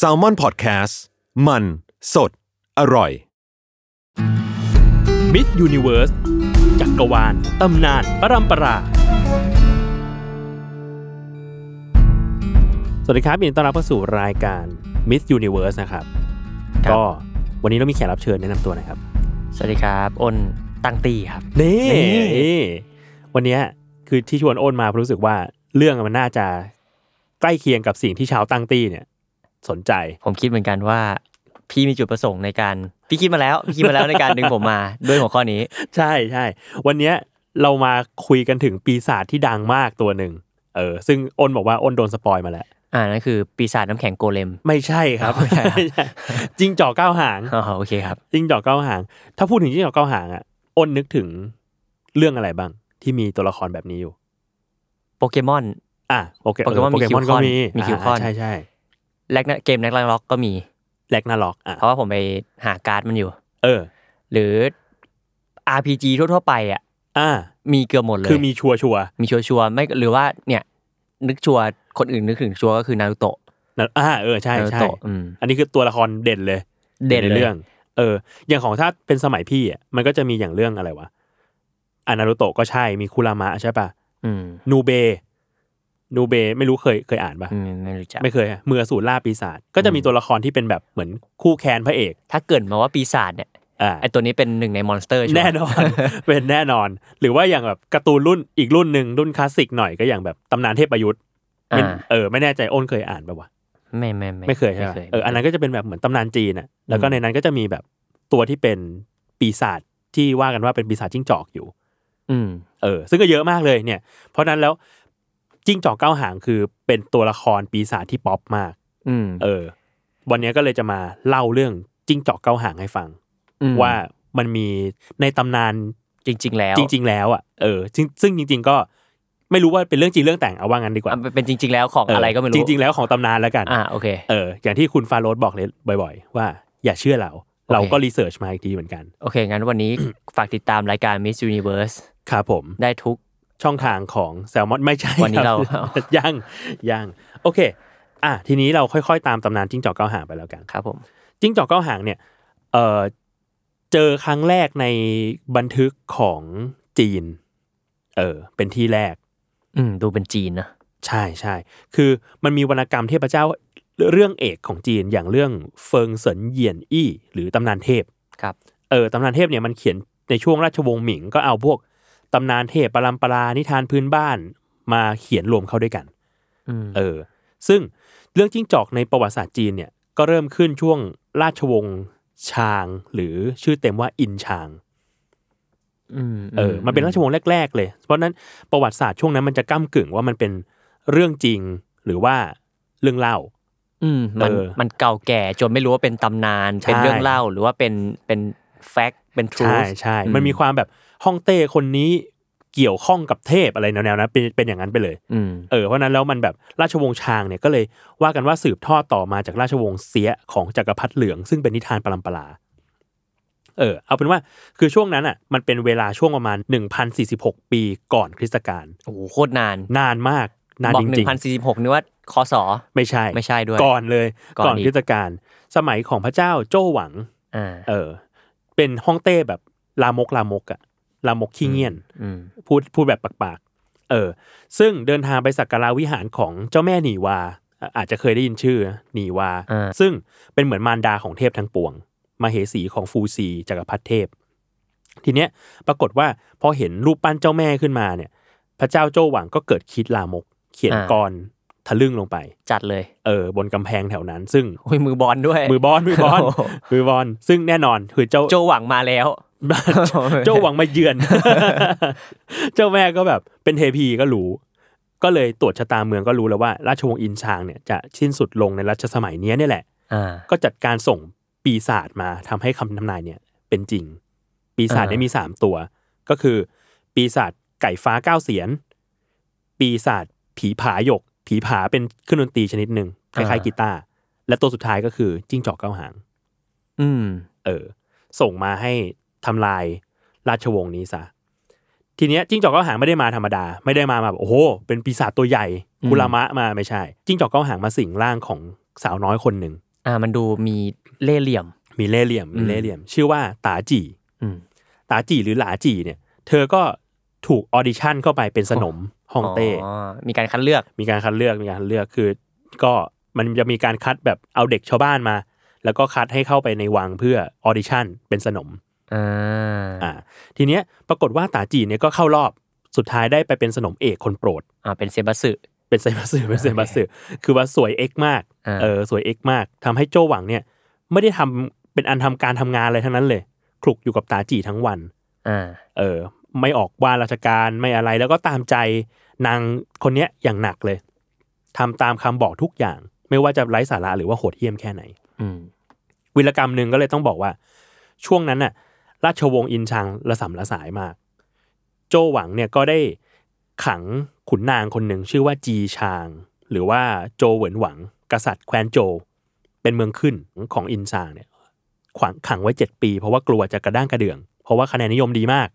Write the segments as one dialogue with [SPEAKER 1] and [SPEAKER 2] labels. [SPEAKER 1] s a l m o n PODCAST มัน สด อร่อย
[SPEAKER 2] มิสยูนิเวิร์สจักรวาล ตำนาน ปรัมปรา สวัสดีครับยินดีต้อนรับเข้าสู่รายการมิสยูนิเวิร์สนะครับ
[SPEAKER 3] ครับ
[SPEAKER 2] ก็วันนี้เรามีแขกรับเชิญแนะนำตัวหนะครับ
[SPEAKER 3] สวัสดีครับอ้นตั้งตีครับ
[SPEAKER 2] นี่
[SPEAKER 3] นี่
[SPEAKER 2] วันเนี้ยคือที่ชวนโอนมาเพราะรู้สึกว่าเรื่องมันน่าจะใกล้เคียงกับสิ่งที่ชาวตั้งตี้เนี่ย สนใจ
[SPEAKER 3] ผมคิดเหมือนกันว่า พี่มีจุดประสงค์ในการพี่คิดมาแล้วพี่คิดมาแล้วในการดึง ผมมา ด้วยหัวข้อนี้
[SPEAKER 2] ใช่ใช่วันเนี้ยเรามาคุยกันถึงปีศาจที่ดังมากตัวหนึ่งเออซึ่งอ้นบอกว่าอ้นโดนสปอยมาแล้ว
[SPEAKER 3] อ่านั่นคือปีศาจน้ำแข็งโก เลม
[SPEAKER 2] ไม่ใช่ครับ
[SPEAKER 3] ไม่ใช่ครับ
[SPEAKER 2] ไม่ใช่จิ้งจอกเก้าหาง
[SPEAKER 3] อ๋อโอเคครับ
[SPEAKER 2] จิ้งจอกเก้าหาง ถ้าพูดถึงจิ้งจอกเก้าหางอ่ะอ้นนึกถึงเรื่องอะไรบ้าง ที่มีตัวละครแบบนี้อยู่
[SPEAKER 3] โปเกมอน
[SPEAKER 2] อ่ะโอเคเออ
[SPEAKER 3] Pokemon มี
[SPEAKER 2] Pokemon
[SPEAKER 3] Cubicon
[SPEAKER 2] ก็มี
[SPEAKER 3] มี Cubicon
[SPEAKER 2] าใช่ใช่
[SPEAKER 3] แลกเกมแลกลังล็อกก็มี
[SPEAKER 2] แลกนาล็อกอ่ะ
[SPEAKER 3] เพราะว่าผมไปหาการ์ดมันอยู่
[SPEAKER 2] เออ
[SPEAKER 3] หรือ RPG ทั่วๆไปอ่ะ
[SPEAKER 2] อ่ะ
[SPEAKER 3] มีเกือบหมดเลย
[SPEAKER 2] คือมีชัวชัวร์
[SPEAKER 3] มีชัวชัวร์ๆไม่หรือว่าเนี่ยนึกชัวร์คนอื่นนึกถึงชัวร์ก็คือนารูโตะ
[SPEAKER 2] ๆนะอ่าเออใช่
[SPEAKER 3] นารู
[SPEAKER 2] ใช่
[SPEAKER 3] โตะอืม
[SPEAKER 2] อันนี้คือตัวละครเด่นเลย
[SPEAKER 3] เด่น
[SPEAKER 2] ใน
[SPEAKER 3] เลย
[SPEAKER 2] เรื่อง เออ อย่างของถ้าเป็นสมัยพี่อ่ะมันก็จะมีอย่างเรื่องอะไรวะอานารุโตะก็ใช่มีคุรามะใช่ป่ะ
[SPEAKER 3] อืม
[SPEAKER 2] นูเบนูเบไม่รู้เคยเคยอ่านป่ะ
[SPEAKER 3] อืมไม่รู้จัก
[SPEAKER 2] ไม่เคยฮะมืออสูรล่าปีศาจก็จะมี
[SPEAKER 3] อืม
[SPEAKER 2] ตัวละครที่เป็นแบบเหมือนคู่แค้นพระเอก
[SPEAKER 3] ถ้าเกิดมาว่าปีศาจเนี่ย
[SPEAKER 2] อ่า
[SPEAKER 3] ไอตัวนี้เป็นหนึ่งในมอนสเตอร์ใช่ไหม
[SPEAKER 2] แน่นอน เป็นแน่นอน หรือว่าอย่างแบบการ์ตูนรุ่นอีกรุ่นหนึ่งรุ่นคลาสสิกหน่อยก็อย่างแบบตำนานเทพยุทธ์
[SPEAKER 3] อ่า
[SPEAKER 2] เออไม่แน่ใจอ้นเคยอ่านปะวะ
[SPEAKER 3] ไม่ไม่ไม่
[SPEAKER 2] ไม่เคยใช่ไหมเอออันนั้นก็จะเป็นแบบเหมือนตำนานจีนอ่ะแล้วก็ในนั้นก็จะมีแบบตัวที่เป็นปีศาจที่ว่ากันว่าเป็นปีศาจจิ้งจอกอยู่
[SPEAKER 3] อืม
[SPEAKER 2] เออซึ่งก็เยอะมากเลยเนี่ย เพราะฉะนั้นแล้วจิ้งจอกเก้าหางคือเป็นตัวละครปีศาจที่ป๊อปมาก
[SPEAKER 3] อืม
[SPEAKER 2] เออ วันเนี้ยก็เลยจะมาเล่าเรื่องจิ้งจอกเก้าหางให้ฟัง
[SPEAKER 3] ม
[SPEAKER 2] ว่ามันมีในตำนาน
[SPEAKER 3] จริง ๆ แล้ว
[SPEAKER 2] จริง ๆ แล้วอ่ะเออซึ่งซึ่งจริง ๆ ก็ไม่รู้ว่าเป็นเรื่องจริงเรื่องแต่งเอาว่างั้นดีกว่า
[SPEAKER 3] อ่ะเป็นจริง ๆ แล้วของ
[SPEAKER 2] เ
[SPEAKER 3] อะไรก็ไม่รู้
[SPEAKER 2] จริง ๆ แล้วของตำนานแล้วกัน
[SPEAKER 3] อ่าโอเค
[SPEAKER 2] เอออย่างที่คุณฟาโรสบอกเลยบ่อย ๆ ว่าอย่าเชื่อเรา เราก็รีเสิร์ชมาอีกทีเหมือนกัน
[SPEAKER 3] โอเค งั้นวันนี้ ฝากติดตามรายการ Miss Universe
[SPEAKER 2] ครับผม
[SPEAKER 3] ได้ทุก
[SPEAKER 2] ช่องทางของแซลมอนไม่ใช่
[SPEAKER 3] วันนี้
[SPEAKER 2] คบ
[SPEAKER 3] เรา
[SPEAKER 2] ยังยังโอเค อ่ะทีนี้เราค่อย ๆ ตามตำนานจิ้งจอกเก้าหางไปแล้วกัน
[SPEAKER 3] ครับผม
[SPEAKER 2] จิ้งจอกเก้าหางเนี่ย เอ่อ เจอครั้งแรกในบันทึกของจีน เออ เป็นที่แรก
[SPEAKER 3] อืมดูเป็นจีนนะ
[SPEAKER 2] ใช่ใช่ คือมันมีวรรณกรรมเทพเจ้าเรื่องเอกของจีนอย่างเรื่องเฟิงเสินเหยียนอี้ หรือตำนานเทพ
[SPEAKER 3] ครับ
[SPEAKER 2] เออ ตำนานเทพเนี่ยมันเขียนในช่วงราชวงศ์หมิงก็เอาพวกตำนานเทพปรัมปรานิทานพื้นบ้านมาเขียนรวมเข้าด้วยกัน
[SPEAKER 3] อืม
[SPEAKER 2] เออ ซึ่งเรื่องจิ้งจอกในประวัติศาสตร์จีนเนี่ย ก็เริ่มขึ้นช่วงราชวงศ์ชาง หรือชื่อเต็มว่าอินชาง
[SPEAKER 3] ม
[SPEAKER 2] เออ มันเป็นราชวงศ์แรก ๆ เลย เพราะฉะนั้นประวัติศาสตร์ช่วงนั้นมันจะก้ากึ่งว่ามันเป็นเรื่องจริงหรือว่าเรื่องเล่า
[SPEAKER 3] อืมมัน
[SPEAKER 2] เออ
[SPEAKER 3] มันเก่าแก่จนไม่รู้ว่าเป็นตำนาน
[SPEAKER 2] ใช่
[SPEAKER 3] เป็นเรื่องเล่าหรือว่าเป็นเป็นแฟกต์เป็นทรู
[SPEAKER 2] ใช่ใช่
[SPEAKER 3] อืม
[SPEAKER 2] มันมีความแบบฮ่องเต้คนนี้เกี่ยวข้องกับเทพอะไรแนวๆนั้นเป็นเป็นอย่างนั้นไปเลย
[SPEAKER 3] อืม
[SPEAKER 2] เออ เพราะฉะนั้นแล้วมันแบบราชวงศ์ชางเนี่ยก็เลยว่ากันว่าสืบทอดต่อมาจากราชวงศ์เสียของจักรพรรดิเหลือง ซึ่งเป็นนิทานปรัมปรา เออ เอาเป็นว่าคือช่วงนั้นอ่ะ มันเป็นเวลาช่วงประมาณ 1,046 ปีก่อนคริสตกาล
[SPEAKER 3] โอ้โหโคตรนาน
[SPEAKER 2] นานมากนาน
[SPEAKER 3] บอก
[SPEAKER 2] จ
[SPEAKER 3] หนึ่
[SPEAKER 2] ริง
[SPEAKER 3] งพันสี่สิบหกนี่ว่าคอสอ
[SPEAKER 2] ๆ ไม่ใช่
[SPEAKER 3] ไม่ใช่ด้วย
[SPEAKER 2] ก่อนเลย
[SPEAKER 3] ก่อน
[SPEAKER 2] ก่อน
[SPEAKER 3] อีก
[SPEAKER 2] คริสตกาลสมัยของพระเจ้าโจ้หวัง
[SPEAKER 3] อ่า
[SPEAKER 2] เออ เป็นฮ่องเต้แบบลามกลามกอะลามกขี้เงียน
[SPEAKER 3] อืม
[SPEAKER 2] พูดพูดแบบปากๆ เออ ซึ่งเดินทางไปสักการะวิหารของเจ้าแม่หนีวาอ่ะอาจจะเคยได้ยินชื่อนะหนีวา
[SPEAKER 3] อ่า
[SPEAKER 2] ซึ่งเป็นเหมือนมารดาของเทพทั้งปวง มาเหสีของฟูซีจักรพรรดิเทพ ทีเนี้ยปรากฏว่าพอเห็นรูปปั้นเจ้าแม่ขึ้นมาเนี่ย พระเจ้าโจ้หวังก็เกิดคิดลามก เขียนกรทะลึ่งลงไป
[SPEAKER 3] จัดเลย
[SPEAKER 2] เออ บนกำแพงแถวนั้น ซึ่ง
[SPEAKER 3] โอ้ยมือบอลด้วย
[SPEAKER 2] มือบอลมือบอล
[SPEAKER 3] โอ้โห
[SPEAKER 2] มือบอลซึ่งแน่นอนคือเจ้า
[SPEAKER 3] โจหวังมาแล้ว
[SPEAKER 2] เจ้าหวังมาเยือน เจ้าแม่ก็แบบเป็นเทพีก็รู้ ก็เลยตรวจชะตาเมืองก็รู้แล้วว่า ราชวงศ์อินชางเนี่ยจะสิ้นสุดลงในรัชสมัยเนี้ยเนี่ยแหละ
[SPEAKER 3] อ่า
[SPEAKER 2] ก็จัดการส่งปีศาจมาทำให้คำทำนายเนี่ยเป็นจริง ปีศาจเนี่ย
[SPEAKER 3] อ่ามี
[SPEAKER 2] มีสามตัว ก็คือ ปีศาจไก่ฟ้าเก้าเสียน ปีศาจผีผาหยก ผีผาเป็นเครื่องดนตรีชนิดหนึ่งคล้ายๆกีตาร์และตัวสุดท้ายก็คือจิ้งจอกเก้าหาง
[SPEAKER 3] อืม
[SPEAKER 2] เออ ส่งมาให้ทำลายราชวงศ์นี้ซะ ทีเนี้ยจิ้งจอกเก้าหางไม่ได้มาธรรมดา ไม่ได้มาแบบโอ้โห เป็นปีศาจตัวใหญ่
[SPEAKER 3] อืม
[SPEAKER 2] กุลามะมาไม่ใช่ จิ้งจอกเก้าหางมาสิงร่างของสาวน้อยคนหนึ่ง
[SPEAKER 3] อ่า มันดูมีเล่ห์เหลี่ยม
[SPEAKER 2] มีเล่ห์เหลี่ยม
[SPEAKER 3] อืม
[SPEAKER 2] มีเล่ห์เหลี่ยม ชื่อว่าตาจี
[SPEAKER 3] อืม
[SPEAKER 2] ตาจีหรือหลาจีเนี่ย เธอก็ถูกออดิชั่นเข้าไปเป็นสนมฮ่องเต้
[SPEAKER 3] อ๋อ มีการคัดเลือก
[SPEAKER 2] มีการคัดเลือกมีการคัดเลือกคือ ก็มันจะมีการคัดแบบเอาเด็กชาวบ้านมา แล้วก็คัดให้เข้าไปในวังเพื่อออดิชั่นเป็นสนม
[SPEAKER 3] อ่า
[SPEAKER 2] อ่าทีเนี้ยปรากฏว่าตาจีเนี่ยก็เข้ารอบสุดท้ายได้ไปเป็นสนมเอกคนโปรด
[SPEAKER 3] อ่า เป็นเซบัสสึ
[SPEAKER 2] เป็นเซบัสสึเป็นเซบัสสึคือว่าสวยเอกมาก
[SPEAKER 3] อ่า
[SPEAKER 2] เออสวยเอกมากทำให้โจหวังเนี่ยไม่ได้ทำเป็นอันทำการทำงานอะไรทั้งนั้นเลยคลุกอยู่กับตาจีทั้งวัน
[SPEAKER 3] อ่า
[SPEAKER 2] เออไม่ออกว่าราชการไม่อะไรแล้วก็ตามใจนางคนเนี้ยอย่างหนักเลยทำตามคำบอกทุกอย่าง ไม่ว่าจะไร้สาระหรือว่าโหดเหี้ยมแค่ไหน
[SPEAKER 3] อืม
[SPEAKER 2] วีรกรรมหนึ่งก็เลยต้องบอกว่า ช่วงนั้นน่ะ ราชวงศ์อินชางระสำระสายมาก โจหวังเนี่ยก็ได้ขังขุนนางคนหนึ่งชื่อว่าจีชาง หรือว่าโจเหวินหวัง กษัตริย์แคว้นโจวเป็นเมืองขึ้นของอินชางเนี่ยขวางขังไว้เจ็ดปี เพราะว่ากลัวจะกระด้างกระเดื่อง เพราะว่าคะแนนนิยมดีมาก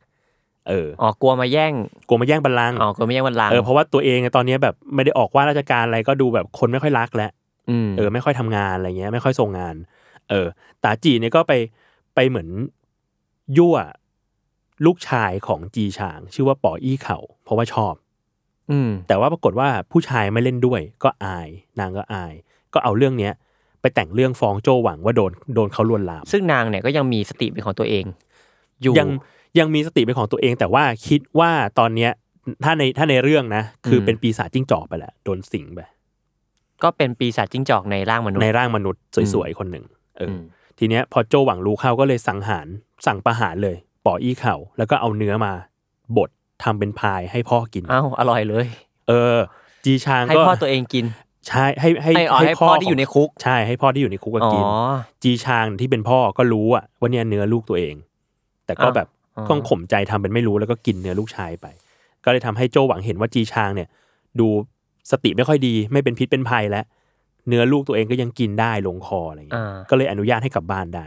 [SPEAKER 2] เออ
[SPEAKER 3] อ๋อ กลัวมาแย่ง
[SPEAKER 2] กลัวมาแย่งบัลลังก์
[SPEAKER 3] อ๋อ กลัวมาแย่งวันหลัง
[SPEAKER 2] เออเพราะว่าตัวเองเนี่ยตอนเนี้ยแบบไม่ได้ออกว่าราชการอะไรก็ดูแบบคนไม่ค่อยรักแล้ว
[SPEAKER 3] อืม
[SPEAKER 2] เออไม่ค่อยทำงานอะไรเงี้ยไม่ค่อยส่งงาน เออตาจีเนี่ยก็ไปไปเหมือนยั่วลูกชายของจีฉาง ชื่อว่าป๋ออี้เข่าเพราะว่าชอบ
[SPEAKER 3] อืม
[SPEAKER 2] แต่ว่าปรากฏว่าผู้ชายไม่เล่นด้วย ก็อาย นางก็อาย ก็เอาเรื่องเนี้ยไปแต่งเรื่องฟ้องโจหวังว่าโดนโดนเขาลวนลาม
[SPEAKER 3] ซึ่งนางเนี่ยก็ยังมีสติเป็นของตัวเอง อยู่
[SPEAKER 2] ยังยังมีสติเป็นของตัวเอง แต่ว่าคิดว่าตอนเนี้ยถ้าในถ้าในเรื่องนะ คืออ
[SPEAKER 3] ม
[SPEAKER 2] เป็นปีศาจจิ้งจอกไปแล้วโดนสิงไป
[SPEAKER 3] ก็เป็นปีศาจจิ้งจอกในร่างมนุษ
[SPEAKER 2] ใน
[SPEAKER 3] ย์
[SPEAKER 2] ร่างมนุษย์สวยๆคนหนึ่งเอออ
[SPEAKER 3] อืม
[SPEAKER 2] ทีเนี้ยพอโจหวังรู้เข้าก็เลยสังหารสั่งประหารเลยป่ออี้เข่าแล้วก็เอาเนื้อมาบดทำเป็นพายให้พ่อกิน
[SPEAKER 3] เอ้า อร่อยเลย
[SPEAKER 2] เออ จีชางก็
[SPEAKER 3] ให้พ่อตัวเองกิน
[SPEAKER 2] ใช่ให้ให้
[SPEAKER 3] ให้อ๋อให้พ่อที่อยู่ในคุก
[SPEAKER 2] ใช่ให้พ่อที่อยู่ในคุกก็
[SPEAKER 3] อ๋อ
[SPEAKER 2] กิน จีชางที่เป็นพ่อก็รู้อะว่าเนี่ยเนื้อลูกตัวเอง แต่ก็
[SPEAKER 3] อ้าว
[SPEAKER 2] แบบ
[SPEAKER 3] อ๋อ
[SPEAKER 2] ก้องข่มใจทำเป็นไม่รู้แล้วก็กินเนื้อลูกชายไป ก็เลยทำให้โจหวังเห็นว่าจีชางเนี่ย ดูสติไม่ค่อยดี ไม่เป็นพิษเป็นภัยแล้ว เนื้อลูกตัวเองก็ยังกินได้ลงคออะไรอย่างเงี้ย
[SPEAKER 3] อ่า
[SPEAKER 2] ก็เลยอนุญาตให้กลับบ้านได้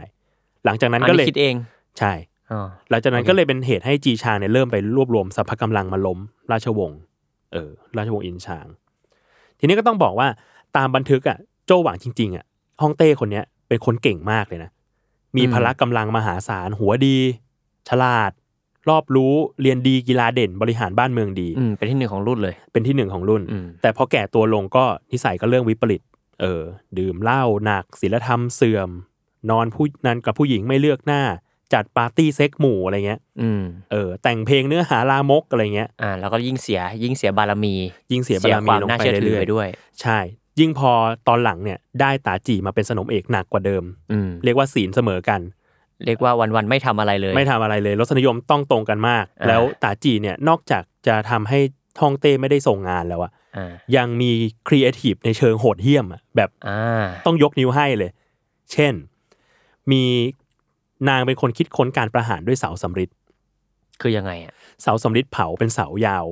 [SPEAKER 2] หลังจากนั้น
[SPEAKER 3] อัน
[SPEAKER 2] ก็เล
[SPEAKER 3] นี้
[SPEAKER 2] ย
[SPEAKER 3] คิดเอง
[SPEAKER 2] ใช่
[SPEAKER 3] อ๋อ
[SPEAKER 2] หลังจากนั้น
[SPEAKER 3] โอเค
[SPEAKER 2] ก็เลยเป็นเหตุให้จีชางเนี่ยเริ่มไปรวบรวมสรรพกำลังมาล้มราชวงศ์เออราชวงศ์อินชาง ทีนี้ก็ต้องบอกว่าตามบันทึกอ่ะโจ้หวังจริงๆอ่ะฮ่องเต้คนเนี้ยเป็นคนเก่งมากเลยนะ มีพละกำลังมหาศาลหัวดี ฉลาด รอบรู้เรียนดีกีฬาเด่นบริหารบ้านเมืองดี
[SPEAKER 3] อืม เป็นที่หนึ่งของรุ่นเลย
[SPEAKER 2] เป็นที่หนึ่งของรุ่น
[SPEAKER 3] อืม
[SPEAKER 2] แต่พอแก่ตัวลงก็นิสัยก็เรื่องวิปริต เออ ดื่มเหล้าหนักศีลธรรมเสื่อม นอนผู้นอนกับผู้หญิงไม่เลือกหน้า จัดปาร์ตี้เซ็กหมู่อะไรเงี้ย
[SPEAKER 3] อืม
[SPEAKER 2] เออแต่งเพลงเนื้อหาลามกอะไรเงี้ย
[SPEAKER 3] อ่า แล้วก็ยิ่งเสีย ยิ่งเสียบารมี
[SPEAKER 2] ยิ่งเสียบาร
[SPEAKER 3] ค
[SPEAKER 2] มี
[SPEAKER 3] วาม
[SPEAKER 2] ลง
[SPEAKER 3] น่า
[SPEAKER 2] ไป
[SPEAKER 3] เชื่อถือ
[SPEAKER 2] เรื่อย
[SPEAKER 3] ไปด้วย
[SPEAKER 2] ๆใช่ ยิ่งพอตอนหลังเนี่ยได้ตาจีมาเป็นสนมเอกหนักกว่าเดิม
[SPEAKER 3] อืม
[SPEAKER 2] เรียกว่าศีลเสมอกัน
[SPEAKER 3] เรียกว่าวันๆไม่ทำอะไรเลย
[SPEAKER 2] ไม่ทำอะไรเลยรสนิยมต้องตรงกันมาก
[SPEAKER 3] อ่า
[SPEAKER 2] แล้วตาจีเนี่ยนอกจากจะทำให้ท่องเต้ไม่ได้ส่งงานแล้วอะ
[SPEAKER 3] อ่า
[SPEAKER 2] ยังมีครีเอทีฟในเชิงโหดเหี้ยมอะแบบ
[SPEAKER 3] อ่า
[SPEAKER 2] ต้องยกนิ้วให้เลย เช่น มีนางเป็นคนคิดค้นการประหารด้วยเสาสำริด
[SPEAKER 3] คือยังไงอ่ะ
[SPEAKER 2] เสาสำริดเผาเป็นเสายาว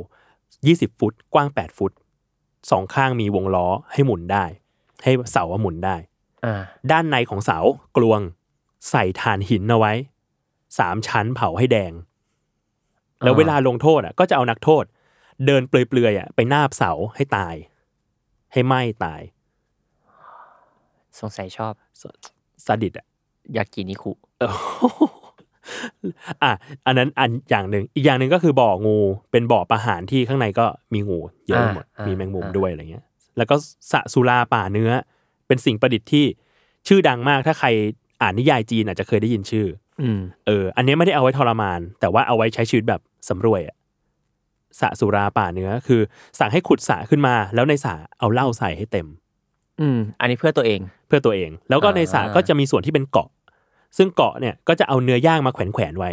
[SPEAKER 2] 20 ฟุต กว้าง 8 ฟุต สองข้างมีวงล้อให้หมุนได้ ให้เสาอะหมุนได้
[SPEAKER 3] อ่า
[SPEAKER 2] ด้านในของเสากลวง ใส่ฐานหินเอาไว้สามชั้นเผาให้แดง แล้ว
[SPEAKER 3] อ่า
[SPEAKER 2] เวลาลงโทษอ่ะ ก็จะเอานักโทษ เดินเปลือยๆอ่ะไปนาบเสาให้ตาย ให้ไหม้ตาย
[SPEAKER 3] สงสัยชอบ
[SPEAKER 2] ซาดิสอ่ะ
[SPEAKER 3] ยากินิคุ
[SPEAKER 2] เอออ่ะอันนั้นอันอย่างหนึ่งอีกอย่างหนึ่งก็คือบ่องูเป็นบ่อประหารที่ข้างในก็มีงูเยอะไปหมด
[SPEAKER 3] อ่ามี
[SPEAKER 2] มีแมงมุม
[SPEAKER 3] อ่า
[SPEAKER 2] ด้วยอะไรเงี้ย แล้วก็สระสุราป่าเนื้อ เป็นสิ่งประดิษฐ์ที่ชื่อดังมากถ้าใครอ่านนิยายจีนอาจจะเคยได้ยินชื่อ
[SPEAKER 3] อืม
[SPEAKER 2] เออ อันเนี้ยไม่ได้เอาไว้ทรมาน แต่ว่าเอาไว้ใช้ชีวิตแบบสำรวยอะสระสุราป่าเนื้อคือ สั่งให้ขุดสระขึ้นมา แล้วในสระเอาเหล้าใส่ให้เต็ม
[SPEAKER 3] อืม อันนี้เพื่อตัวเอง
[SPEAKER 2] เพื่อตัวเอง แล้วก็ในสระ
[SPEAKER 3] อ่า
[SPEAKER 2] ก็จะมีส่วนที่เป็นเกาะ ซึ่งเกาะเนี่ยก็จะเอาเนื้อย่างมาแขวนแขวนๆไว้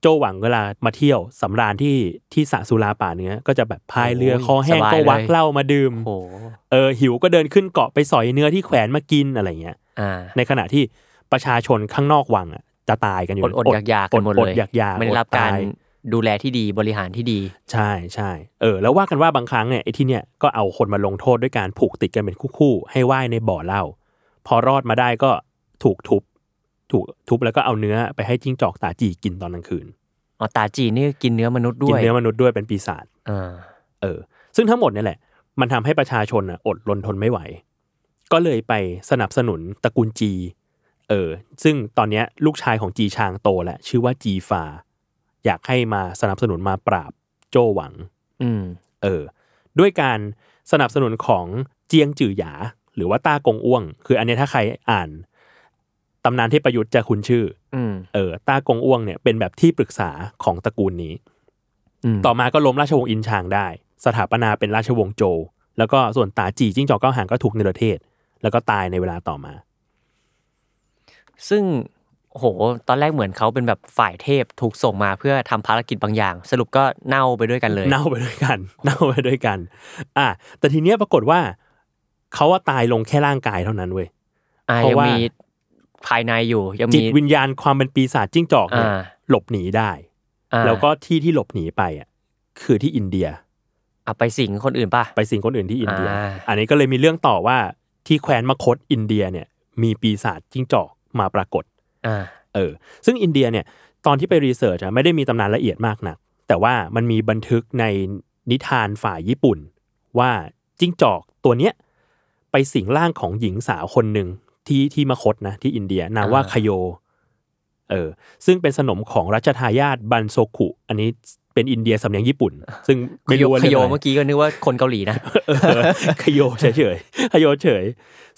[SPEAKER 2] โจหวังเวลามาเที่ยวสำราญที่ที่สระสุราป่าเนื้อก็จะแบบพายเรือ
[SPEAKER 3] โอ้ย
[SPEAKER 2] คอแห้ง
[SPEAKER 3] สบาย
[SPEAKER 2] ก็วัก
[SPEAKER 3] เลย
[SPEAKER 2] เหล้ามาดื่ม
[SPEAKER 3] โอ้โห
[SPEAKER 2] เออหิวก็เดินขึ้นเกาะไปสอยเนื้อที่แขวนมากินอะไรเงี้ย
[SPEAKER 3] อ่า
[SPEAKER 2] ในขณะที่ประชาชนข้างนอกวังอะจะตายกันอยู่
[SPEAKER 3] อดอดอยากอยากๆกันหมดเล
[SPEAKER 2] อ
[SPEAKER 3] ย
[SPEAKER 2] ดๆอยากๆ
[SPEAKER 3] ไม่ได้รับ
[SPEAKER 2] อต
[SPEAKER 3] การ
[SPEAKER 2] ย
[SPEAKER 3] ดูแลที่ดีบริหารที่ดี
[SPEAKER 2] ใช่ใช่เออแล้วว่ากันว่าบางครั้งเนี่ยไอ้ที่เนี่ยก็เอาคนมาลงโทษด้วยการผูกติดกันเป็นคู่ๆให้ว่ายในบ่อเหล้าพอรอดมาได้ก็ถูกทุบ ถูกทุบแล้วก็เอาเนื้อไปให้จิ้งจอกตาจีกินตอนกลางคืน
[SPEAKER 3] อ๋อตาจีนนี่กินเนื้อมนุษย์ด้
[SPEAKER 2] กิ
[SPEAKER 3] วย
[SPEAKER 2] เนื้อมนุษย์ด้วยเป็นปีศาจ
[SPEAKER 3] อ่า
[SPEAKER 2] เออ ซึ่งทั้งหมดเนี่ยแหละ มันทำให้ประชาชนน่ะอดรนทนไม่ไหว ก็เลยไปสนับสนุนตระกูลจี เออ ซึ่งตอนเนี้ยลูกชายของจีชางโตแล้วชื่อว่าจีฟา อยากให้มาสนับสนุนมาปราบโจหวัง
[SPEAKER 3] อืม
[SPEAKER 2] เออด้วยการสนับสนุนของเจียงจือหยา หรือว่าต้ากงอ้วง คืออันเนี้ยถ้าใครอ่านตำนานเทพยุทธจะคุ้นชื่อ
[SPEAKER 3] อืม
[SPEAKER 2] เออต้ากงอ้วงเนี่ยเป็นแบบที่ปรึกษาของตระกูลนี้
[SPEAKER 3] ม
[SPEAKER 2] ต่อมาก็ล้มราชวงศ์อินชางได้ สถาปนาเป็นราชวงศ์โจวแล้วก็ส่วนตาจีจิ้งจอกเก้าหางก็ถูกเนรเทศ แล้วก็ตายในเวลาต่อมา
[SPEAKER 3] ซึ่งโอ้โห ตอนแรกเหมือนเขาเป็นแบบฝ่ายเทพถูกส่งมาเพื่อทำภารกิจบางอย่าง สรุปก็เน่าไปด้วยกันเลย
[SPEAKER 2] เน่าไปด้วยกัน เน่าไปด้วยกัน อ่ะแต่ทีเนี้ยปรากฏว่าเขาว่าตายลงแค่ร่างกายเท่านั้นเว้ย
[SPEAKER 3] อ่า
[SPEAKER 2] เพ
[SPEAKER 3] ยัง
[SPEAKER 2] ราะว่า
[SPEAKER 3] มีภายในอยู่ยัง
[SPEAKER 2] จิ
[SPEAKER 3] มี
[SPEAKER 2] ตวิญญาณความเป็นปีศาจจิ้งจอกเนี่ย
[SPEAKER 3] อ่า
[SPEAKER 2] หลบหนีได้
[SPEAKER 3] อ่า
[SPEAKER 2] แล้วก็ที่ที่หลบหนีไปอ่ะคือที่อินเดีย
[SPEAKER 3] เอาไปสิงคนอื่นป่ะ
[SPEAKER 2] ไปสิงคนอื่นที่อินเดีย
[SPEAKER 3] อ่า
[SPEAKER 2] อันนี้ก็เลยมีเรื่องต่อว่าที่แคว้นมคตอินเดียเนี่ยมีปีศาจจิ้งจอกมาปรากฏ
[SPEAKER 3] อ่า
[SPEAKER 2] เออซึ่งอินเดียเนี่ยตอนที่ไปรีเสิร์ชอะไม่ได้มีตำนานละเอียดมากนัก แต่ว่ามันมีบันทึกในนิทานฝ่ายญี่ปุ่น ว่าจิ้งจอกตัวเนี้ยไปสิงร่างของหญิงสาวคนหนึ่งที่ที่มคตนะที่อินเดียนามว่าคโย เออซึ่งเป็นสนมของรัชทายาทบันโซคุ อันนี้เป็นอินเดียสำเนียงญี่ปุ่น ซึ่งไม่รู้ว่า
[SPEAKER 3] ข
[SPEAKER 2] เรื่
[SPEAKER 3] ย
[SPEAKER 2] อง
[SPEAKER 3] โย
[SPEAKER 2] อะไร
[SPEAKER 3] เมื่อกี้ก็นึกว่าคนเกาหลี นะ
[SPEAKER 2] เออ ขยโยเฉยๆขยโยเฉย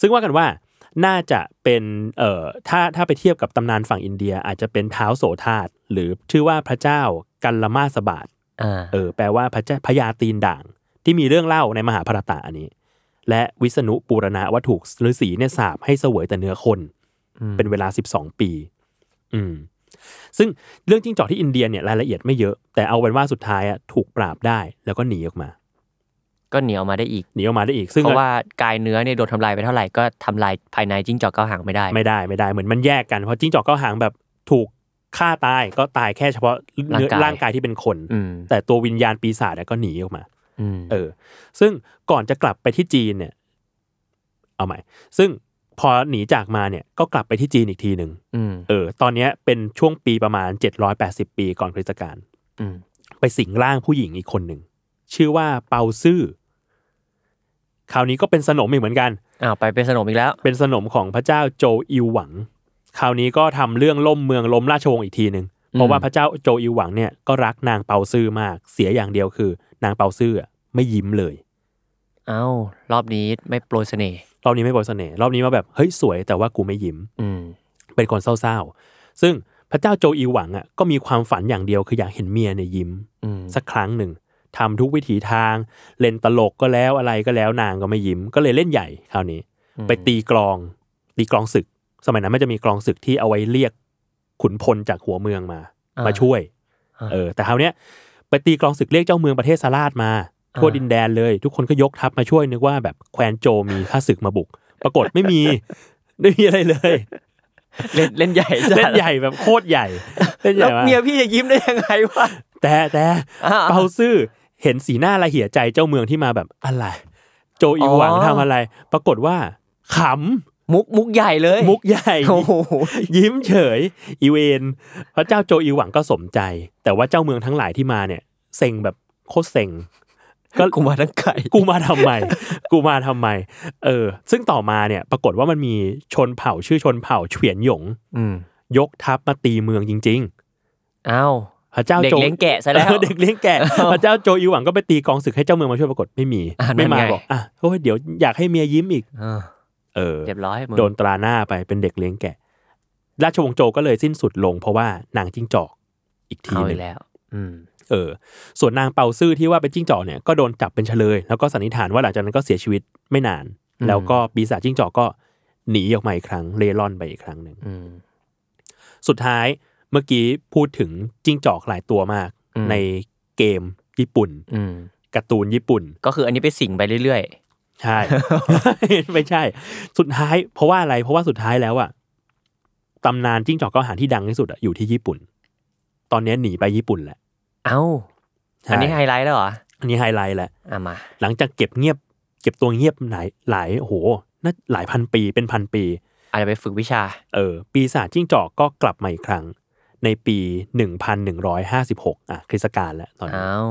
[SPEAKER 2] ซึ่งว่ากันว่าน่าจะเป็นเอ่อถ้าถ้าไปเทียบกับตำนานฝั่งอินเดียอาจจะเป็นเท้าวโสธาตหรือชื่อว่าพระเจ้ากัลลามาสบาท
[SPEAKER 3] อ่า
[SPEAKER 2] เออแปลว่าพระเจ้าพญาตีนด่าง ที่มีเรื่องเล่าในมหาภารตะอันนี้ และวิษณุปูรณะว่าถูกฤาษีเนี่ยสาบให้เสวยแต่เนื้อคน เป็นเวลา 12 ปี อืม ซึ่งเรื่องจิ้งจอกที่อินเดียเนี่ยรายละเอียดไม่เยอะ แต่เอาเป็นว่าสุดท้ายอะถูกปราบได้แล้วก็หนีออกมา
[SPEAKER 3] ก็เหนียวมาได้อีก
[SPEAKER 2] หนีออกมาได้อีก ซึ่ง
[SPEAKER 3] เพราะว่ากายเนื้อเนี่ยโดนทำลายไปเท่าไหร่ก็ทำลายภายในจิ้งจอกเก้าวหางไม่ได้
[SPEAKER 2] ไม่ได้ไม่ได้เหมือนมันแยกกัน เพราะจิ้งจอกเก้าหางแบบถูกฆ่าตายก็ตายแค่เฉพาะเนื้อร่า
[SPEAKER 3] ร่างกาย
[SPEAKER 2] งกายที่เป็นคน
[SPEAKER 3] อืม
[SPEAKER 2] แต่ตัววิญญาณปีศาจอะก็หนีออกมา
[SPEAKER 3] อืม
[SPEAKER 2] เออ ซึ่งก่อนจะกลับไปที่จีนเนี่ย เอาใหม่ ซึ่งพอหนีจากมาเนี่ยก็กลับไปที่จีนอีกทีหนึ่ง
[SPEAKER 3] อืม
[SPEAKER 2] เออ ตอนเนี้ยเป็นช่วงปีประมาณ 780 ปีก่อนคริสตกาล
[SPEAKER 3] อืม
[SPEAKER 2] ไปสิงร่างผู้หญิงอีกคนหนึ่ง ชื่อว่าเปาซื่อ คราวนี้ก็เป็นสนมอีกเหมือนกัน
[SPEAKER 3] อ้าวไปเป็นสนมอีกแล้ว
[SPEAKER 2] เป็นสนมของพระเจ้าโจอิวหวัง คราวนี้ก็ทำเรื่องล่มเมืองล้มราชวงศ์อีกทีหนึ่งเพ
[SPEAKER 3] อื
[SPEAKER 2] ราะ
[SPEAKER 3] ม
[SPEAKER 2] ว่าพระเจ้าโจอิวหวังเนี่ยก็รักนางเปาซื่อมาก เสียอย่างเดียวคือ นางเปาซื่ออะไม่ยิ้มเลย
[SPEAKER 3] เอ้ารอบนี้ไม่โปรยเสน่ห์
[SPEAKER 2] รอบนี้ไม่ปล่อยเสน่ห์รอบนี้มาแบบเฮ้ยสวยแต่ว่ากูไม่ยิ้ม
[SPEAKER 3] อืม
[SPEAKER 2] เป็นคนเศร้าๆ ซึ่งพระเจ้าโจอีหวังอ่ะก็มีความฝันอย่างเดียวคืออยากเห็นเมียเนี่ยยิ้ม
[SPEAKER 3] อืม
[SPEAKER 2] สักครั้งหนึ่งทำทุกวิถีทาง เล่นตลกก็แล้วอะไรก็แล้วนางก็ไม่ยิ้ม ก็เลยเล่นใหญ่คราวนี้ ไปตีกลอง ตีกลองศึก สมัยนั้นมันจะมีกลองศึกที่เอาไว้เรียกขุนพลจากหัวเมืองมา
[SPEAKER 3] อ่าม
[SPEAKER 2] มาช่วย
[SPEAKER 3] อ่า
[SPEAKER 2] เออ แต่คราวเนี้ยไปตีกลองศึกเรียกเจ้าเมืองประเทศซาลาดมาทั่ว
[SPEAKER 3] อ่า
[SPEAKER 2] ดินแดนเลย ทุกคนก็ยกทัพมาช่วยนึกว่าแบบแคว้นโจมีข้าศึกมาบุก ปรากฏไม่มี ไม่มีอะไรเลย
[SPEAKER 3] เล่นเล่นใหญ่จัด
[SPEAKER 2] เล่นใหญ่แบบโคตรใหญ่เล่นให
[SPEAKER 3] แล้
[SPEAKER 2] ญ่
[SPEAKER 3] ว
[SPEAKER 2] มาก
[SPEAKER 3] เมียพี่จะยิ้มได้ยังไงวะ
[SPEAKER 2] แต่แต่
[SPEAKER 3] อ่า
[SPEAKER 2] เปาซื่อเห็นสีหน้าละเหียใจเจ้าเมืองที่มาแบบอะไร โจอีหวัง
[SPEAKER 3] อ๋อ
[SPEAKER 2] ทำอะไร ปรากฏว่าข
[SPEAKER 3] มุกมุกใหญ่เลย
[SPEAKER 2] ำมุกใหญ่
[SPEAKER 3] โอ้โห
[SPEAKER 2] ยิ้มเฉย อีเวนพระเจ้าโจอีหวังก็สมใจ แต่ว่าเจ้าเมืองทั้งหลายที่มาเนี่ยเซ็งแบบโคตรเซ็ง ก็
[SPEAKER 3] กูมาทั้งไก่
[SPEAKER 2] กูมาทำไม กูมาทำไม เออ ซึ่งต่อมาเนี่ย ปรากฏว่ามันมีชนเผ่าชื่อชนเผ่าเฉวียนหยง
[SPEAKER 3] อืม
[SPEAKER 2] ยกทัพมาตีเมืองจริง ๆ
[SPEAKER 3] เอ้าว
[SPEAKER 2] พระเจ้า
[SPEAKER 3] เด็ก
[SPEAKER 2] โจ
[SPEAKER 3] เลี้ยงแกะซะแล้ว
[SPEAKER 2] เออเด็กเลี้ยงแกะพระเจ้าโจอิวหวังก็ไปตีกองศึกให้เจ้าเมืองมาช่วยปรากฏไม่มี
[SPEAKER 3] อ่ะนั่
[SPEAKER 2] ไม่
[SPEAKER 3] น
[SPEAKER 2] มา
[SPEAKER 3] ไง
[SPEAKER 2] บอกอ่ะโอ้ยเดี๋ยวอยากให้เมียยิ้มอีก
[SPEAKER 3] อ่า
[SPEAKER 2] เออ
[SPEAKER 3] เรียบร้อยมึง
[SPEAKER 2] โดนตราหน้าไปเป็นเด็กเลี้ยงแกะ ราชวงศ์โจก็เลยสิ้นสุดลงเพราะว่านางจิ้งจอกอีกที
[SPEAKER 3] เอา
[SPEAKER 2] ห
[SPEAKER 3] อี
[SPEAKER 2] นึง
[SPEAKER 3] กแล้ว อืม
[SPEAKER 2] เออ ส่วนนางเปาซื่อที่ว่าเป็นจิ้งจอกเนี่ยก็โดนจับเป็นเฉลย แล้วก็สันนิษฐานว่าหลังจากนั้นก็เสียชีวิตไม่นาน แล้วก็ปีศาจจิ้งจอกก็หนีออกมาอีกครั้งเล่ร่อนไปอีกครั้งหนึ่ง
[SPEAKER 3] อืม
[SPEAKER 2] สุดท้าย เมื่อกี้พูดถึงจิ้งจอกหลายตัวมาก
[SPEAKER 3] อืม
[SPEAKER 2] ในเกมญี่ปุ่น
[SPEAKER 3] อืม
[SPEAKER 2] การ์ตูนญี่ปุ่น
[SPEAKER 3] ก็คืออันนี้ไปสิงไปเรื่อย
[SPEAKER 2] ใช่ ไม่ใช่ สุดท้ายเพราะว่าอะไร เพราะว่าสุดท้ายแล้วอะตำนานจิ้งจอกเก้าหางที่ดังที่สุดอะอยู่ที่ญี่ปุ่น ตอนนี้หนีไปญี่ปุ่นแหละ
[SPEAKER 3] ๆ เอ้า อันนี้
[SPEAKER 2] ใช่
[SPEAKER 3] ไฮไลท์แล้วเหรอ
[SPEAKER 2] อันนี้ไฮไลท์แหละ
[SPEAKER 3] อ่ะมา
[SPEAKER 2] หลังจากเก็บเงียบ เก็บตัวเงียบหลายหลายโอ้โหน่าหลายพันปีเป็นพันปี
[SPEAKER 3] อาจจะไปฝึกวิชา
[SPEAKER 2] เออ ปีศาจจิ้งจอกก็กลับมาอีกครั้ง ในปี 1156 อ่ะคริสตกาลแล้วตอนนี้
[SPEAKER 3] เอ้า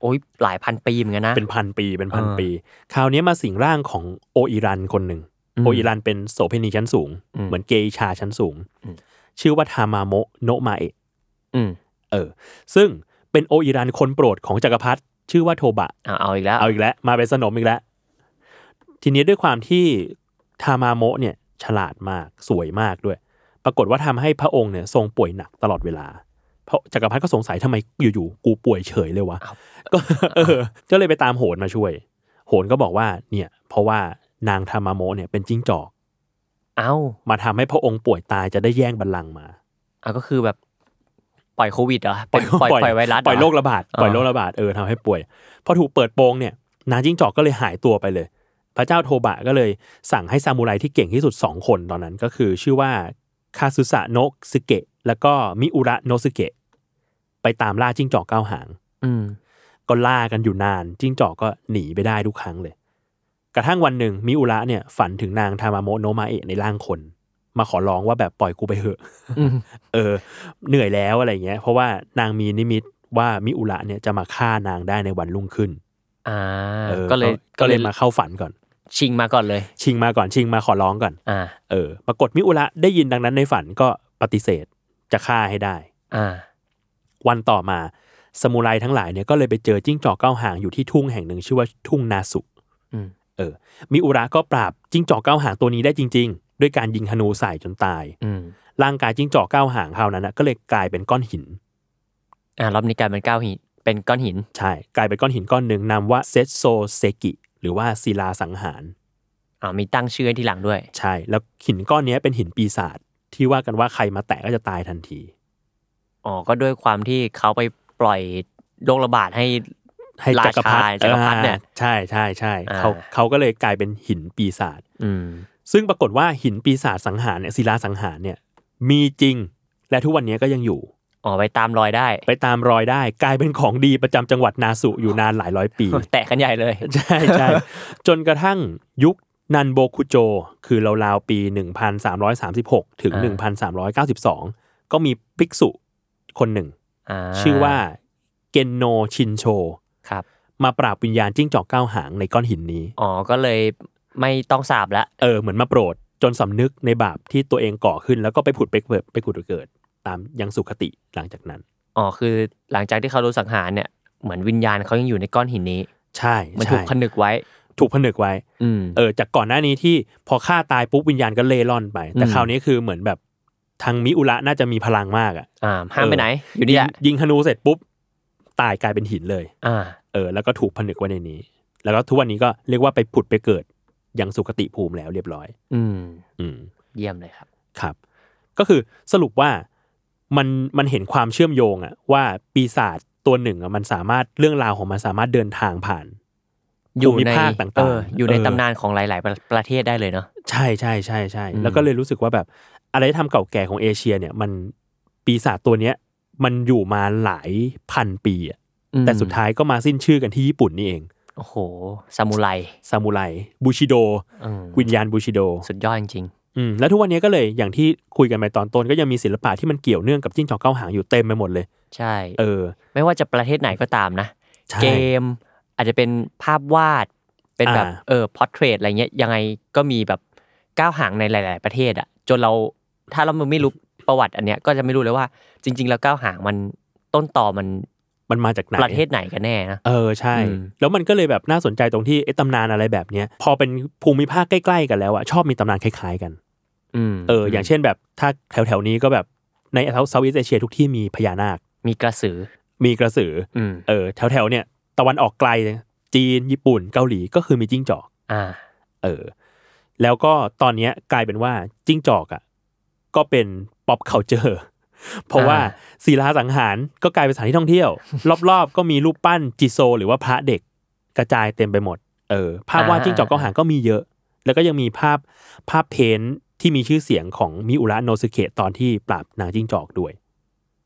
[SPEAKER 3] โอ้ยหลายพันปีเหมือนกันนะ
[SPEAKER 2] เป็นพันปีเป็นพัน
[SPEAKER 3] อ่า
[SPEAKER 2] ปี คราวนี้มาสิงร่างของโออิรันคนหนึ่ง
[SPEAKER 3] ม
[SPEAKER 2] โออิรันเป็นโสเภณีชั้นสูง
[SPEAKER 3] อืม
[SPEAKER 2] เหมือนเกอิชาชั้นสูง
[SPEAKER 3] อืม
[SPEAKER 2] ชื่อว่าทามาโมะโนะมาเอะ
[SPEAKER 3] อืม
[SPEAKER 2] เออ ซึ่งเป็นโออิรันคนโปรดของจักรพรรดิชื่อว่าโทบะ
[SPEAKER 3] เอาเอาอีกแล้ว
[SPEAKER 2] เอาอีกแล้ว มาเป็นสนมอีกแล้ว ทีนี้ด้วยความที่ทามาโมะเนี่ย ฉลาดมากสวยมากด้วย ปรากฏว่าทำให้พระองค์เนี่ยทรงป่วยหนักตลอดเวลา เพราะจักรพรรดิก็สงสัยทำไมอยู่ๆกูป่วยเฉยเลยวะ
[SPEAKER 3] อ้าว
[SPEAKER 2] ก็ เออ ก็เลยไปตามโหนมาช่วย โหนก็บอกว่าเนี่ย เพราะว่านางทามาโมะเนี่ยเป็นจิ้งจอก
[SPEAKER 3] เอ้า
[SPEAKER 2] มาทำให้พระองค์ป่วยตายจะได้แย่งบัลลังก์มา
[SPEAKER 3] เอาก็คือแบบ ปล่อยโควิดเหรอ
[SPEAKER 2] ปล่อย
[SPEAKER 3] ปล่อยปล่อยไวรัสเห
[SPEAKER 2] ปล่อยโรค
[SPEAKER 3] เห
[SPEAKER 2] ระบาด
[SPEAKER 3] อ่า
[SPEAKER 2] ปล่อยโรคระบาดเออทำให้ป่วย พอถูกเปิดโปงเนี่ยนางจิ้งจอกก็เลยหายตัวไปเลย พระเจ้าโทบะก็เลยสั่งให้ซามูไรที่เก่งที่สุด 2 คนตอนนั้นก็คือชื่อว่าคาซุสะโนะสึเกะแล้วก็มิอุระโนะสึเกะไปตามล่าจิ้งจอกเก้าหาง
[SPEAKER 3] อืม
[SPEAKER 2] ก็ล่ากันอยู่นาน จิ้งจอกก็หนีไปได้ทุกครั้งเลย กระทั่งวันหนึ่งมิอุระเนี่ยฝันถึงนางทามาโมโนะมาเอะในร่างคน มาขอร้องว่าแบบปล่อยกูไปเถอะ
[SPEAKER 3] อืม
[SPEAKER 2] เออเหนื่อยแล้วอะไรเงี้ย เพราะว่านางมีนิมิตว่ามิอุระเนี่ยจะมาฆ่านางได้ในวันรุ่งขึ้น
[SPEAKER 3] อ่า
[SPEAKER 2] เออ
[SPEAKER 3] ก็เลย
[SPEAKER 2] ก็เลยมาเข้าฝันก่อน
[SPEAKER 3] ชิงมาก่อนเลย
[SPEAKER 2] ชิงมาก่อนชิงมาขอร้องก่อน
[SPEAKER 3] อ่า
[SPEAKER 2] เออปรากฏมิอุระได้ยินดังนั้นในฝันก็ปฏิเสธจะฆ่าให้ได้
[SPEAKER 3] อ่า
[SPEAKER 2] วันต่อมาสมุไรทั้งหลายเนี่ยก็เลยไปเจอจิ้งจอกเก้าหางอยู่ที่ทุ่งแห่งหนึ่งชื่อว่าทุ่งนาสุ
[SPEAKER 3] อืม
[SPEAKER 2] มิอุระก็ปราบจิ้งจอกเก้าหางตัวนี้ได้จริง ๆ ด้วยการยิงธนูใส่จนตาย
[SPEAKER 3] อืม
[SPEAKER 2] ร่างกายจิ้งจอกเก้าหางคราวนั้นนะก็เลยกลายเป็นก้อนหิน
[SPEAKER 3] อ่ารอบนี้กลายเป็นก้าวหิน เป็นก้อนหิน
[SPEAKER 2] ใช่ กลายเป็นก้อนหินก้อนหนึ่งนามว่าเซตโซเซกิหรือว่าศิลาสังหาร
[SPEAKER 3] อ่ามีตั้งชื่อให้ทีหลังด้วย
[SPEAKER 2] ใช่ แล้วหินก้อนเนี้ยเป็นหินปีศาจที่ว่ากันว่าใครมาแตะก็จะตายทันที
[SPEAKER 3] อ๋อ ก็ด้วยความที่เขาไปปล่อยโรคระบาดให้
[SPEAKER 2] ให้จักรพรรดิ
[SPEAKER 3] ราชาจักรพรรดิเนี่ย
[SPEAKER 2] อ่าใช่ใช่ใช่
[SPEAKER 3] อ่า
[SPEAKER 2] เขาเขาก็เลยกลายเป็นหินปีศาจ
[SPEAKER 3] อืม
[SPEAKER 2] ซึ่งปรากฏว่าหินปีศาจสังหารเนี่ยศิลาสังหารเนี่ยมีจริง และทุกวันนี้ก็ยังอยู่
[SPEAKER 3] อ๋อ ไปตามรอยได้
[SPEAKER 2] ไปตามรอยได้กลายเป็นของดีประจำจังหวัดนาสุอยู่นานหลายร้อยปี
[SPEAKER 3] แตะกันใหญ่ เลย
[SPEAKER 2] ใช่ใช่ จนกระทั่งยุคนันโบคุโจ คือราวๆปี 1336 ถึง
[SPEAKER 3] อ่
[SPEAKER 2] 1392 ก็มีภิกษุคนหนึ่ง
[SPEAKER 3] อ่า
[SPEAKER 2] ชื่อว่าเกนโนชินโช
[SPEAKER 3] ครับ
[SPEAKER 2] มาปราบวิญญาณจิ้งจอกเก้าหางในก้อนหินนี้
[SPEAKER 3] อ๋อ ก็เลยไม่ต้องสาบละ
[SPEAKER 2] เออเหมือนมาโปรดจนสำนึกในบาปที่ตัวเองก่อขึ้น แล้วก็ไปผุดไปเกิดไปผุดไปเกิด ตามยังสุคติหลังจากนั้น
[SPEAKER 3] อ๋อ คือหลังจากที่เขาโดนสังหารเนี่ย เหมือนวิญญาณเขายังอยู่ในก้อนหินนี้
[SPEAKER 2] ใช่
[SPEAKER 3] มันถู
[SPEAKER 2] ใช่
[SPEAKER 3] กผนึกไว้
[SPEAKER 2] ถูกผนึกไว้
[SPEAKER 3] อืม
[SPEAKER 2] เออจากก่อนหน้านี้ที่พอฆ่าตายปุ๊บวิญญาณก็เล่ร่อนไป แต่
[SPEAKER 3] อืม
[SPEAKER 2] คราวนี้คือเหมือนแบบทางมิอุระน่าจะมีพลังมากอะ
[SPEAKER 3] อ่า ห้ามไปไหน อยู่
[SPEAKER 2] ยิง
[SPEAKER 3] นี่แหละ
[SPEAKER 2] ยิงธนูเสร็จปุ๊บ ตายกลายเป็นหินเลย
[SPEAKER 3] อ่า
[SPEAKER 2] เออ แล้วก็ถูกผนึกไว้ในนี้ แล้วก็ทุกวันนี้ก็เรียกว่าไปผุดไปเกิดยังสุคติภูมิแล้วเรียบร้อย
[SPEAKER 3] อืม
[SPEAKER 2] อืม
[SPEAKER 3] เยี่ยมเลยครับ
[SPEAKER 2] ครับ ก็คือสรุปว่ามันมันเห็นความเชื่อมโยงอะว่าปีศาจตัวหนึ่งอะมันสามารถเรื่องราวของมันสามารถเดินทางผ่าน
[SPEAKER 3] อยู่
[SPEAKER 2] ภู
[SPEAKER 3] ใน
[SPEAKER 2] มิภาคต่างๆ
[SPEAKER 3] เอออยู่ใน
[SPEAKER 2] เออ
[SPEAKER 3] ตำนานของหลาย ๆ ประประเทศได้เลยเนาะ
[SPEAKER 2] ใช่ใช่ใช่ใช่
[SPEAKER 3] อืม
[SPEAKER 2] แล้วก็เลยรู้สึกว่าแบบอะไรที่ทำเก่าแก่ของเอเชียเนี่ยมันปีศาจตัวเนี้ยมันอยู่มาหลายพันปีอะ
[SPEAKER 3] อืม
[SPEAKER 2] แต่สุดท้ายก็มาสิ้นชื่อกันที่ญี่ปุ่นนี่เอง
[SPEAKER 3] โอ้โห ซามูไร
[SPEAKER 2] ซามูไรบูชิโด
[SPEAKER 3] อืม
[SPEAKER 2] วิญญาณบูชิโด
[SPEAKER 3] สุดยอดจริง
[SPEAKER 2] อืมแล้วทุกวันนี้ก็เลยอย่างที่คุยกันไปตอนต้นก็ยังมีศิลปะที่มันเกี่ยวเนื่องกับจิ้งจอกเก้าหางอยู่เต็มไปหมดเลย
[SPEAKER 3] ๆ ใช่
[SPEAKER 2] เออ
[SPEAKER 3] ไม่ว่าจะประเทศไหนก็ตามนะ
[SPEAKER 2] ใช่
[SPEAKER 3] เกม อาจจะเป็นภาพวาด เป็นแบบ
[SPEAKER 2] อ่า
[SPEAKER 3] เออพอร์เทรตอะไรเงี้ยยังไงก็มีแบบก้าวห่างในหลาย ๆ ประเทศอะจนเราถ้าเราไม่รู้ประวัติอันเนี้ยก็จะไม่รู้เลยว่า จริง ๆ แล้วก้าวห่างมันต้นต่อมัน
[SPEAKER 2] มันมาจากไหน
[SPEAKER 3] ประเทศไหนกันแน่นะ
[SPEAKER 2] เออใช่
[SPEAKER 3] อืม
[SPEAKER 2] แล้วมันก็เลยแบบน่าสนใจตรงที่ไอ้ตำนานอะไรแบบเนี้ยพอเป็นภูมิภาคใกล้ๆกันแล้วอะชอบมีตำนานคล้ายๆกัน
[SPEAKER 3] ม
[SPEAKER 2] เอออย่างเช่นแบบถ้าแถวแถวๆนี้ก็แบบในเซาท์อีสเอเชียทุกที่มีพญานาค
[SPEAKER 3] มีกระสือ
[SPEAKER 2] มีกระสือ
[SPEAKER 3] อืม
[SPEAKER 2] เออแถวแถวๆเนี่ยตะวันออกไกลจีนญี่ปุ่นเกาหลีก็คือมีจิ้งจอก
[SPEAKER 3] อ่า
[SPEAKER 2] เออ แล้วก็ตอนเนี้ยกลายเป็นว่าจิ้งจอกอ่ะก็เป็น pop culture เพราะว่า
[SPEAKER 3] อ่า
[SPEAKER 2] ศิลาสังหารก็กลายเป็นสถานที่ท่องเที่ยว รอบๆ ก็มีรูปปั้นจิโซ หรือว่าพระเด็กกระจายเต็มไปหมด เออ ภาพวาดจิ้งจอกเก้าหางก็มีเยอะ แล้วก็ยังมีภาพภาพเพ้นท์ที่มีชื่อเสียงของมิอุระโนสึเกะตอนที่ปราบนางจิ้งจอกด้วย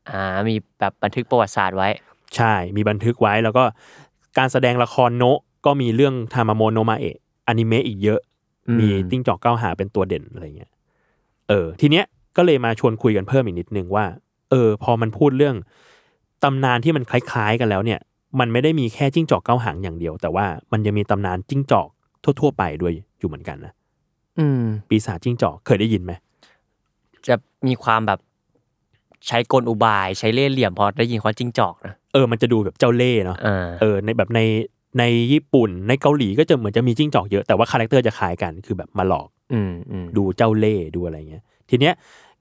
[SPEAKER 3] อ่ามีแบบบันทึกประวัติศาสตร์ไว้
[SPEAKER 2] ใช่ มีบันทึกไว้แล้วก็การแสดงละครโนะก็มีเรื่องทามาโมโนมาเอะอนิเมะอีกเยอะ
[SPEAKER 3] อืม
[SPEAKER 2] มีติ้งจอกเก้าหาเป็นตัวเด่นอะไรเงี้ย เออ ทีเนี้ยก็เลยมาชวนคุยกันเพิ่มอีกนิดนึงว่า เออ พอมันพูดเรื่องตำนานที่มันคล้ายๆกันแล้วเนี่ย มันไม่ได้มีแค่จิ้งจอกเก้าหางอย่างเดียว แต่ว่ามันยังมีตำนานจิ้งจอกทั่วๆไปด้วยอยู่เหมือนกันนะ
[SPEAKER 3] อืม
[SPEAKER 2] ปีศาจจิ้งจอกเคยได้ยินไหม
[SPEAKER 3] จะมีความแบบใช้กลอุบายใช้เล่ห์เหลี่ยมพอได้ยินคำว่าจิ้งจอกนะ
[SPEAKER 2] เออ มันจะดูแบบเจ้าเล่ห์เนาะ
[SPEAKER 3] อ่า
[SPEAKER 2] เออในแบบในในญี่ปุ่นในเกาหลีก็จะเหมือนจะมีจิ้งจอกเยอะแต่ว่าคาแรคเตอร์จะคล้ายกันคือแบบมาหลอก
[SPEAKER 3] อืมอืม
[SPEAKER 2] ดูเจ้าเล่ห์ดูอะไรเงี้ย ทีเนี้ย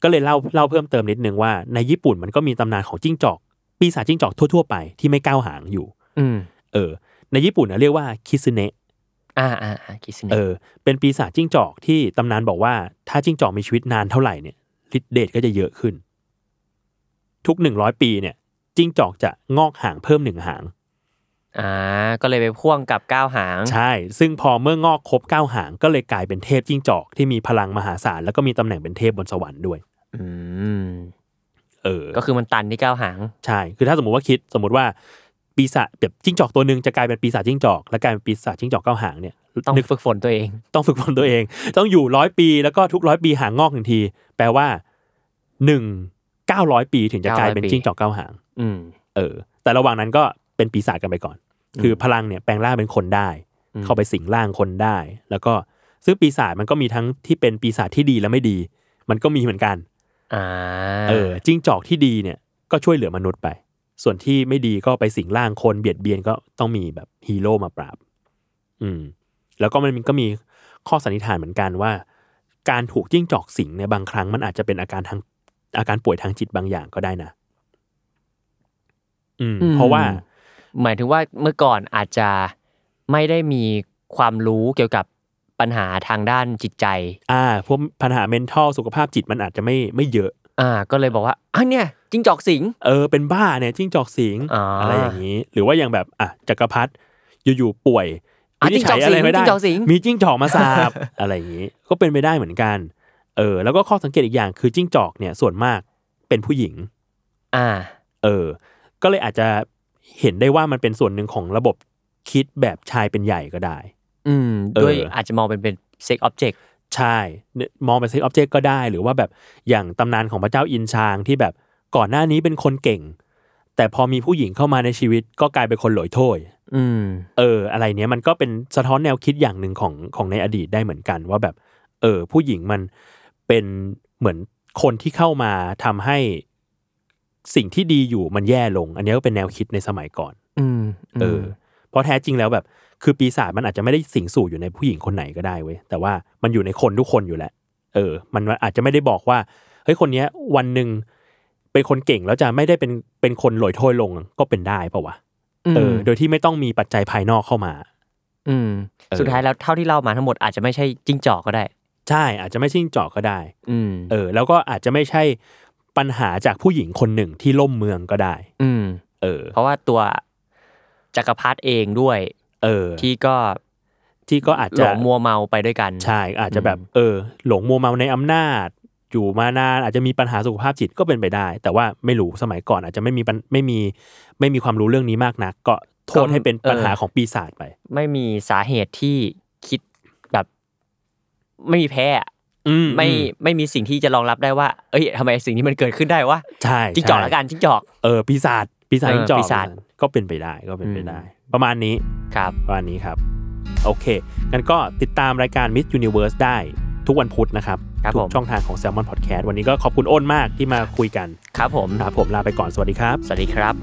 [SPEAKER 2] ก็เลยเล่าเล่าเพิ่มเติมนิดนึงว่าในญี่ปุ่นมันก็มีตำนานของจิ้งจอก ปีศาจจิ้งจอกทั่วๆไปที่ไม่ก้าวหางอยู่
[SPEAKER 3] อืม
[SPEAKER 2] เออ ในญี่ปุ่นนะเรียกว่าคิซึเนะ
[SPEAKER 3] อ่าอ่าอ่าคิสเน
[SPEAKER 2] เออ เป็นปีศาจจิ้งจอกที่ตำนานบอกว่าถ้าจิ้งจอกมีชีวิตนานเท่าไหร่เนี่ยฤทธิ์เดชก็จะเยอะขึ้น ทุกหนึ่งร้อยปีเนี่ยจิ้งจอกจะงอกหางเพิ่มหนึ่งหาง
[SPEAKER 3] อ่า ก็เลยไปพ่วงกับก้าวหาง
[SPEAKER 2] ใช่ ซึ่งพอเมื่องอกครบเก้าหางก็เลยกลายเป็นเทพจิ้งจอกที่มีพลังมหาศาลแล้วก็มีตำแหน่งเป็นเทพบนสวรรค์ด้วย
[SPEAKER 3] อืม
[SPEAKER 2] เออ
[SPEAKER 3] ก็คือมันตันที่ก้าวหาง
[SPEAKER 2] ใช่ คือถ้าสมมุติว่าคิดสมมติว่าปีศาจแบบจิ้งจอกตัวหนึ่งจะกลายเป็นปีศาจจิ้งจอก และกลายเป็นปีศาจจิ้งจอกเก้าหางเนี่ย
[SPEAKER 3] ต้อง
[SPEAKER 2] นึก
[SPEAKER 3] ฝึกฝนตัวเอง
[SPEAKER 2] ต้องฝึกฝนตัวเอง ต้องอยู่ร้อยปีแล้วก็ทุกร้อยปีหางงอกหนึ่งที แปลว่าหนึ่งเก้าร้อยปีถึงจะกลายเป็น
[SPEAKER 3] 900
[SPEAKER 2] จิ้งจอกเก้าหาง
[SPEAKER 3] อืม
[SPEAKER 2] เออ แต่ระหว่างนั้นก็เป็นปีศาจกันไปก่อน
[SPEAKER 3] อืม
[SPEAKER 2] คือพลังเนี่ยแปลงร่างเป็นคนได้
[SPEAKER 3] อืม
[SPEAKER 2] เข้าไปสิงร่างคนได้ แล้วก็ซึ่งปีศาจมันก็มีทั้งที่เป็นปีศาจที่ดีและไม่ดี มันก็มีเหมือนกัน
[SPEAKER 3] อ่า
[SPEAKER 2] เออ จิ้งจอกที่ดีเนี่ยก็ช่วยเหลือมนุษย์ไป ส่วนที่ไม่ดีก็ไปสิงร่างคนเบียดเบียนก็ต้องมีแบบฮีโร่มาปราบ อืม แล้วก็มันก็มีข้อสันนิษฐานเหมือนกันว่า การถูกจิ้งจอกสิงในยบางครั้งมันอาจจะเป็นอาการทางอาการป่วยทางจิตบางอย่างก็ได้นะ อืม เพราะว่า
[SPEAKER 3] หมายถึงว่าเมื่อก่อนอาจจะไม่ได้มีความรู้เกี่ยวกับปัญหาทางด้านจิตใจ
[SPEAKER 2] อ่าพวกปัญหา mental สุขภาพจิตมันอาจจะไม่ไม่เยอะ
[SPEAKER 3] อ่า ก็เลยบอกว่าอันเนี่ยจิ้งจอกสิง
[SPEAKER 2] เออเป็นบ้าเนี่ยจิ้งจอกสิง
[SPEAKER 3] อ่า
[SPEAKER 2] ไรอย่างนี้ หรือว่าอย่างแบบอ่ะจักรพรรดิอยู่ๆป่วย
[SPEAKER 3] อ่ะ
[SPEAKER 2] วินิจ
[SPEAKER 3] จิ้งจ
[SPEAKER 2] ฉั
[SPEAKER 3] อก
[SPEAKER 2] ย
[SPEAKER 3] สิง
[SPEAKER 2] ไรไม่ได้
[SPEAKER 3] จิ้งจอกสิง
[SPEAKER 2] มีจิ้งจอกมาสา บ อะไรอย่างนี้ ก็เป็นไปได้เหมือนกัน เออ แล้วก็ข้อสังเกตอีกอย่างคือจิ้งจอกเนี่ยส่วนมากเป็นผู้หญิง
[SPEAKER 3] อ่า
[SPEAKER 2] เออ ก็เลยอาจจะเห็นได้ว่ามันเป็นส่วนหนึ่งของระบบคิดแบบชายเป็นใหญ่ก็ได้
[SPEAKER 3] อืม
[SPEAKER 2] เออ
[SPEAKER 3] ด้วยอาจจะมองเป็นเป็นเซ็กออบเจกต์
[SPEAKER 2] ใช่เนี่ยมองเป็นเซ็กออบเจกต์ก็ได้ หรือว่าแบบอย่างตำนานของพระเจ้าอินชางที่แบบก่อนหน้านี้เป็นคนเก่ง แต่พอมีผู้หญิงเข้ามาในชีวิตก็กลายเป็นคนหลอยโถย
[SPEAKER 3] อืม
[SPEAKER 2] เออ อะไรเนี้ยมันก็เป็นสะท้อนแนวคิดอย่างหนึ่งของของในอดีตได้เหมือนกัน ว่าแบบ เออ ผู้หญิงมันเป็นเหมือนคนที่เข้ามาทำให้สิ่งที่ดีอยู่มันแย่ลง อันนี้ก็เป็นแนวคิดในสมัยก่อน
[SPEAKER 3] อืมม
[SPEAKER 2] เออเพราะแท้จริงแล้วแบบ คือปีศาจมันอาจจะไม่ได้สิงสู่อยู่ในผู้หญิงคนไหนก็ได้เว้ยแต่ว่ามันอยู่ในคนทุกคนอยู่แหละเออ มันอาจจะไม่ได้บอกว่าเฮ้ยคนเนี้ย วันหนึ่งเป็นคนเก่งแล้วจะไม่ได้เป็นเป็นคนหลอยโถยลงก็เป็นได้ปะวะเออ โดยที่ไม่ต้องมีปัจจัยภายนอกเข้ามา
[SPEAKER 3] อืม
[SPEAKER 2] เออ
[SPEAKER 3] สุดท้ายแล้วเท่าที่เล่ามาทั้งหมดอาจจะไม่ใช่จิ้งจอกก็ได้
[SPEAKER 2] ใช่ อาจจะไม่ใช่จิ้งจอกก็ได้
[SPEAKER 3] อืม
[SPEAKER 2] เออ แล้วก็อาจจะไม่ใช่ปัญหาจากผู้หญิงคนหนึ่งที่ล่มเมืองก็ได้
[SPEAKER 3] อืม
[SPEAKER 2] เออ
[SPEAKER 3] เพราะว่าตัวจักรพรรดิเองด้วย
[SPEAKER 2] เออที่
[SPEAKER 3] ที่ก็
[SPEAKER 2] ที่ก็อาจ
[SPEAKER 3] หล
[SPEAKER 2] จะ
[SPEAKER 3] งมัวเมาไปด้วยกัน
[SPEAKER 2] ใช่อาจจะแบบ
[SPEAKER 3] อืม
[SPEAKER 2] เออ หลงมัวเมาในอำนาจ อยู่มานานอาจจะมีปัญหาสุขภาพจิตก็เป็นไปได้ แต่ว่าไม่รู้สมัยก่อนอาจจะไม่มีปัญไม่มีไม่มีความรู้เรื่องนี้มากนัก ก็โทษให้เป็นปัญหาของปีศาจไป
[SPEAKER 3] ไม่มีสาเหตุที่คิดแบบ ไม่มีแพ้อะ
[SPEAKER 2] อื
[SPEAKER 3] ไม่ไม่มีสิ่งที่จะรองรับได้ว่า เอ้ยทำไมสิ่งนี้มันเกิดขึ้นได้วะ
[SPEAKER 2] ใช่
[SPEAKER 3] จิ้งจอก
[SPEAKER 2] ใช่
[SPEAKER 3] ละกันจิ้งจอก
[SPEAKER 2] เออปีศาจปีศาจ
[SPEAKER 3] เออ
[SPEAKER 2] จิ้งจอก
[SPEAKER 3] ปีศาจ
[SPEAKER 2] ก็เป็นไปได้ก็เป็นไป
[SPEAKER 3] อืม
[SPEAKER 2] ได้ ประมาณนี้
[SPEAKER 3] ครับ
[SPEAKER 2] ประมาณนี้ครับ โอเคงั้นก็ติดตามรายการ Miss Universe ได้ทุกวันพุธนะครับ
[SPEAKER 3] ครับ
[SPEAKER 2] ทุ
[SPEAKER 3] ผ
[SPEAKER 2] ก
[SPEAKER 3] ม
[SPEAKER 2] ช่องทางของ Salmon Podcast วันนี้ก็ขอบคุณอ้นมากที่มาคุยกัน
[SPEAKER 3] ครับผม
[SPEAKER 2] ครับผมลาไปก่อนสวัสดีครับ
[SPEAKER 3] สวัสดีครับ